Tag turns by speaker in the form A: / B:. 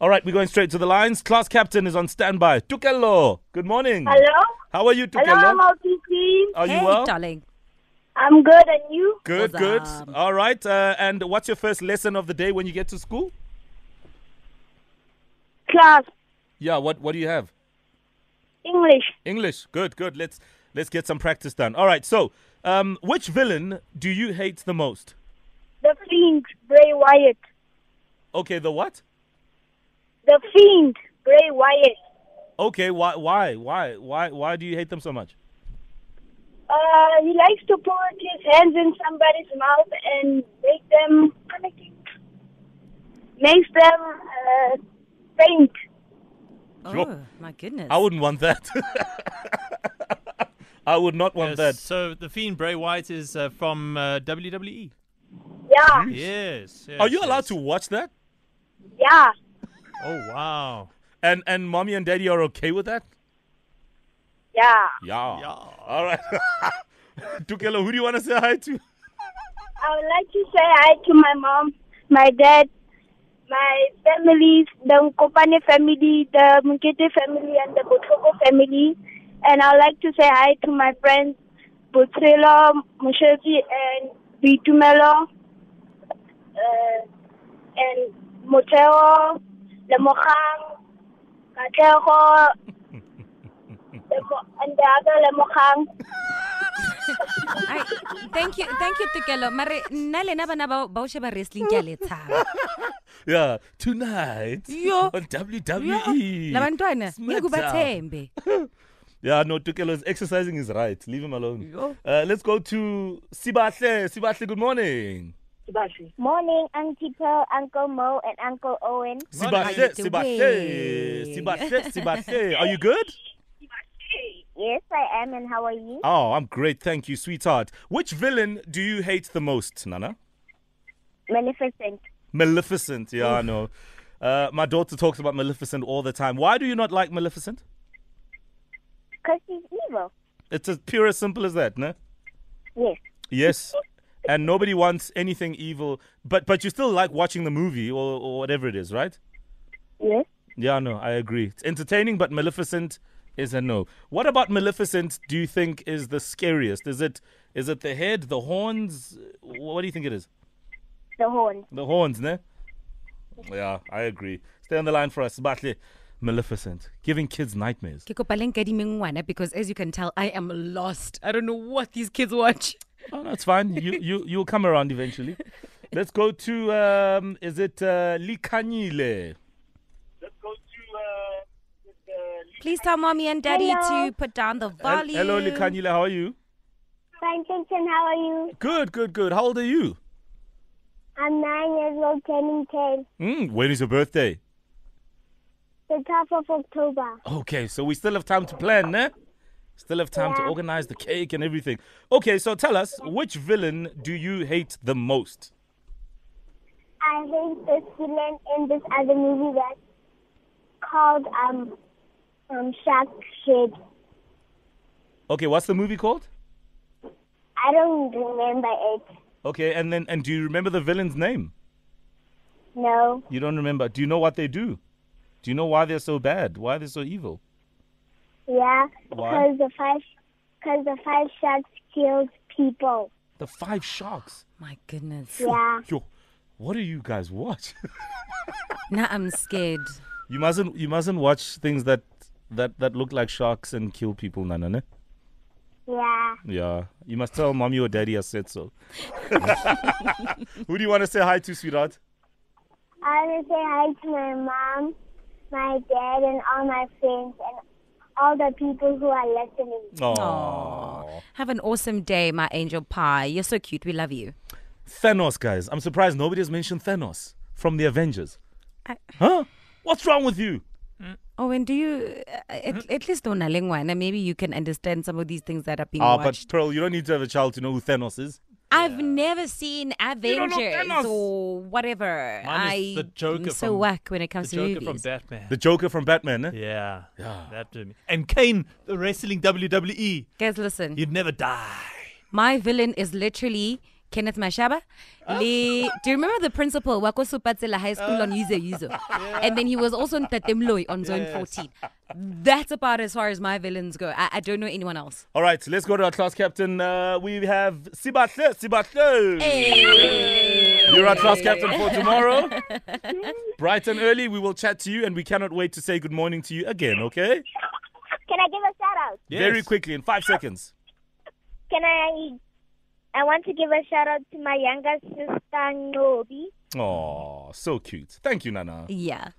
A: All right, we're going straight to the lines. Class captain is on standby. Tukelo, good morning.
B: Hello?
A: How are you,
B: Hello,
A: Tukelo?
B: Maltese.
A: Are
C: hey,
A: you well?
C: darling.
B: I'm good, and you?
A: Good, good.
C: Awesome.
A: All right. Uh, and what's your first lesson of the day when you get to school?
B: Class,
A: Yeah. What What do you have?
B: English,
A: English. Good, good. Let's Let's get some practice done. All right. So, um, which villain do you hate the most?
B: The Fiend, Bray Wyatt.
A: Okay, the what?
B: The Fiend, Bray Wyatt.
A: Okay, why, why, why, why, why do you hate them so much?
B: Uh, he likes to put his hands in somebody's mouth and make them makes them uh, faint.
A: Sure.
C: Oh, my goodness.
A: I wouldn't want that. I would not want
D: Yes,
A: that.
D: So the fiend Bray White is uh, from uh, WWE.
B: Yeah,
D: Yes, yes.
A: Are you allowed
D: yes.
A: to watch that?
B: yeah,
D: Oh wow.
A: And and mommy and daddy are okay with that?
B: yeah.
A: Yeah.
D: Yeah.
A: All right. Tukelo, who do you want to say hi to?
B: I would like to say hi to my mom, my dad, my families, the Nkopane family, the Mukete family, and the Botoko family. And I would like to say hi to my friends, Botsela, Moshetsi, and Bitumelo, uh, and Moteo, Lemogang, Katlego, Lemo- and the other Lemogang.
C: I, thank you, thank you, Tekelo. Mare, nna lena bana bao bao sheba wrestling ke a le tshaba.
A: Yeah. Tonight
C: Yo.
A: on WWE.
C: La bantwana, e ngiku
A: Smackdown.
C: bathembe.
A: Yeah, no, Tukelo is exercising is right. Leave him alone.
C: Yo.
A: Uh, let's go to Sibahle. Sibahle, good morning.
B: Morning, Auntie Pearl, Uncle Mo, and Uncle Owen.
D: Morning.
A: Sibahle, Sibahle,
C: doing?
A: Sibahle, Sibahle. Are you good?
B: Yes, I am, and how are you?
A: Oh, I'm great, thank you, sweetheart. Which villain do you hate the most, Nana?
B: Maleficent.
A: Maleficent. Yeah, I know. Uh, my daughter talks about Maleficent all the time. Why do you not like Maleficent?
B: Because she's evil.
A: It's as pure as simple as that, no?
B: Yes.
A: Yes. And nobody wants anything evil, but but you still like watching the movie or, or whatever it is, right?
B: Yes.
A: Yeah, no, I agree. It's entertaining, but Maleficent is a no. What about Maleficent? Do you think is the scariest? Is it is it the head, the horns? Wh- What do you think it is?
B: The horn.
A: The horns, ne? Yeah, I agree. Stay on the line for us, Batley. Maleficent, giving kids nightmares.
C: Ke kopa le nkadimeng ngwana because as you can tell, I am lost. I don't know what these kids watch.
A: Oh, no, it's fine. You you you'll come around eventually. Let's go to um, is it uh, Likanyile?
C: Please tell mommy and daddy
B: Hello.
C: to put down the
A: Hel-
C: volume.
A: Hello, Likanyile. How are you?
B: Fine, thanks, and how are you?
A: Good, good, good. How old are you?
B: I'm nine years old, turning 10.
A: Mm, when is your birthday?
B: The 12th of October.
A: Okay, so we still have time to plan, ne? Still have time to
B: Yeah.
A: organize the cake and everything. Okay, so tell us, which villain do you hate the most?
B: I hate this villain in this other movie that's called um, um Shark Shed.
A: Okay, what's the movie called?
B: I don't remember it.
A: Okay, and then and do you remember the villain's name?
B: No.
A: You don't remember. Do you know what they do? Do you know why they're so bad? Why they're so evil?
B: Yeah.
A: Why?
B: Because the five, because the five sharks killed people.
A: The five sharks.
C: My goodness.
B: Yeah.
A: Yo, what do you guys watch?
C: Now I'm scared.
A: you mustn't you mustn't watch things that that that look like sharks and kill people, Nana. Ne?
B: Yeah.
A: Yeah, you must tell mommy or daddy I said so. Who do you want to say hi to, sweetheart?
B: I want to say hi to my mom, my dad, and all my friends, and all the people who are listening.
A: Oh,
C: Have an awesome day, my angel pie. You're so cute. We love you.
A: Thanos, guys. I'm surprised nobody has mentioned Thanos from the Avengers. Huh? What's wrong with you?
C: Oh, and do you uh, at,
A: Mm-hmm.
C: at least on Alengwana, maybe you can understand some of these things that are being
A: Ah, but
C: watched.
A: Pearl, you don't need to have a child to know who Thanos is.
C: I've never seen Avengers
A: Thanos.
C: or whatever.
D: Mine
C: I
D: is the Joker
C: am so
D: from-
C: whack when it comes
D: the
C: to
D: Joker from
C: movies.
D: Batman.
A: The Joker from Batman, eh?
D: yeah, that to me. And Kane, the wrestling WWE,
C: Guys, listen.
D: you'd never die.
C: My villain is literally Kenneth Mashaba. Le, do you remember the principal, Wako Supatsela High School on Yuze Yuzo? And then he was also in Tatemloi on Zone 14. That's about as far as my villains go. I, I don't know anyone else.
A: All right, let's go to our class captain. Uh, we have Sibatle. Sibatle. You're our class captain for tomorrow. Bright and early, we will chat to you, and we cannot wait to say good morning to you again, okay?
B: Can I give a shout out?
A: Very quickly, in five seconds.
B: Can I? I want to give a shout out to my younger sister Nobi.
A: Oh, so cute. Thank you, Nana.
C: Yeah.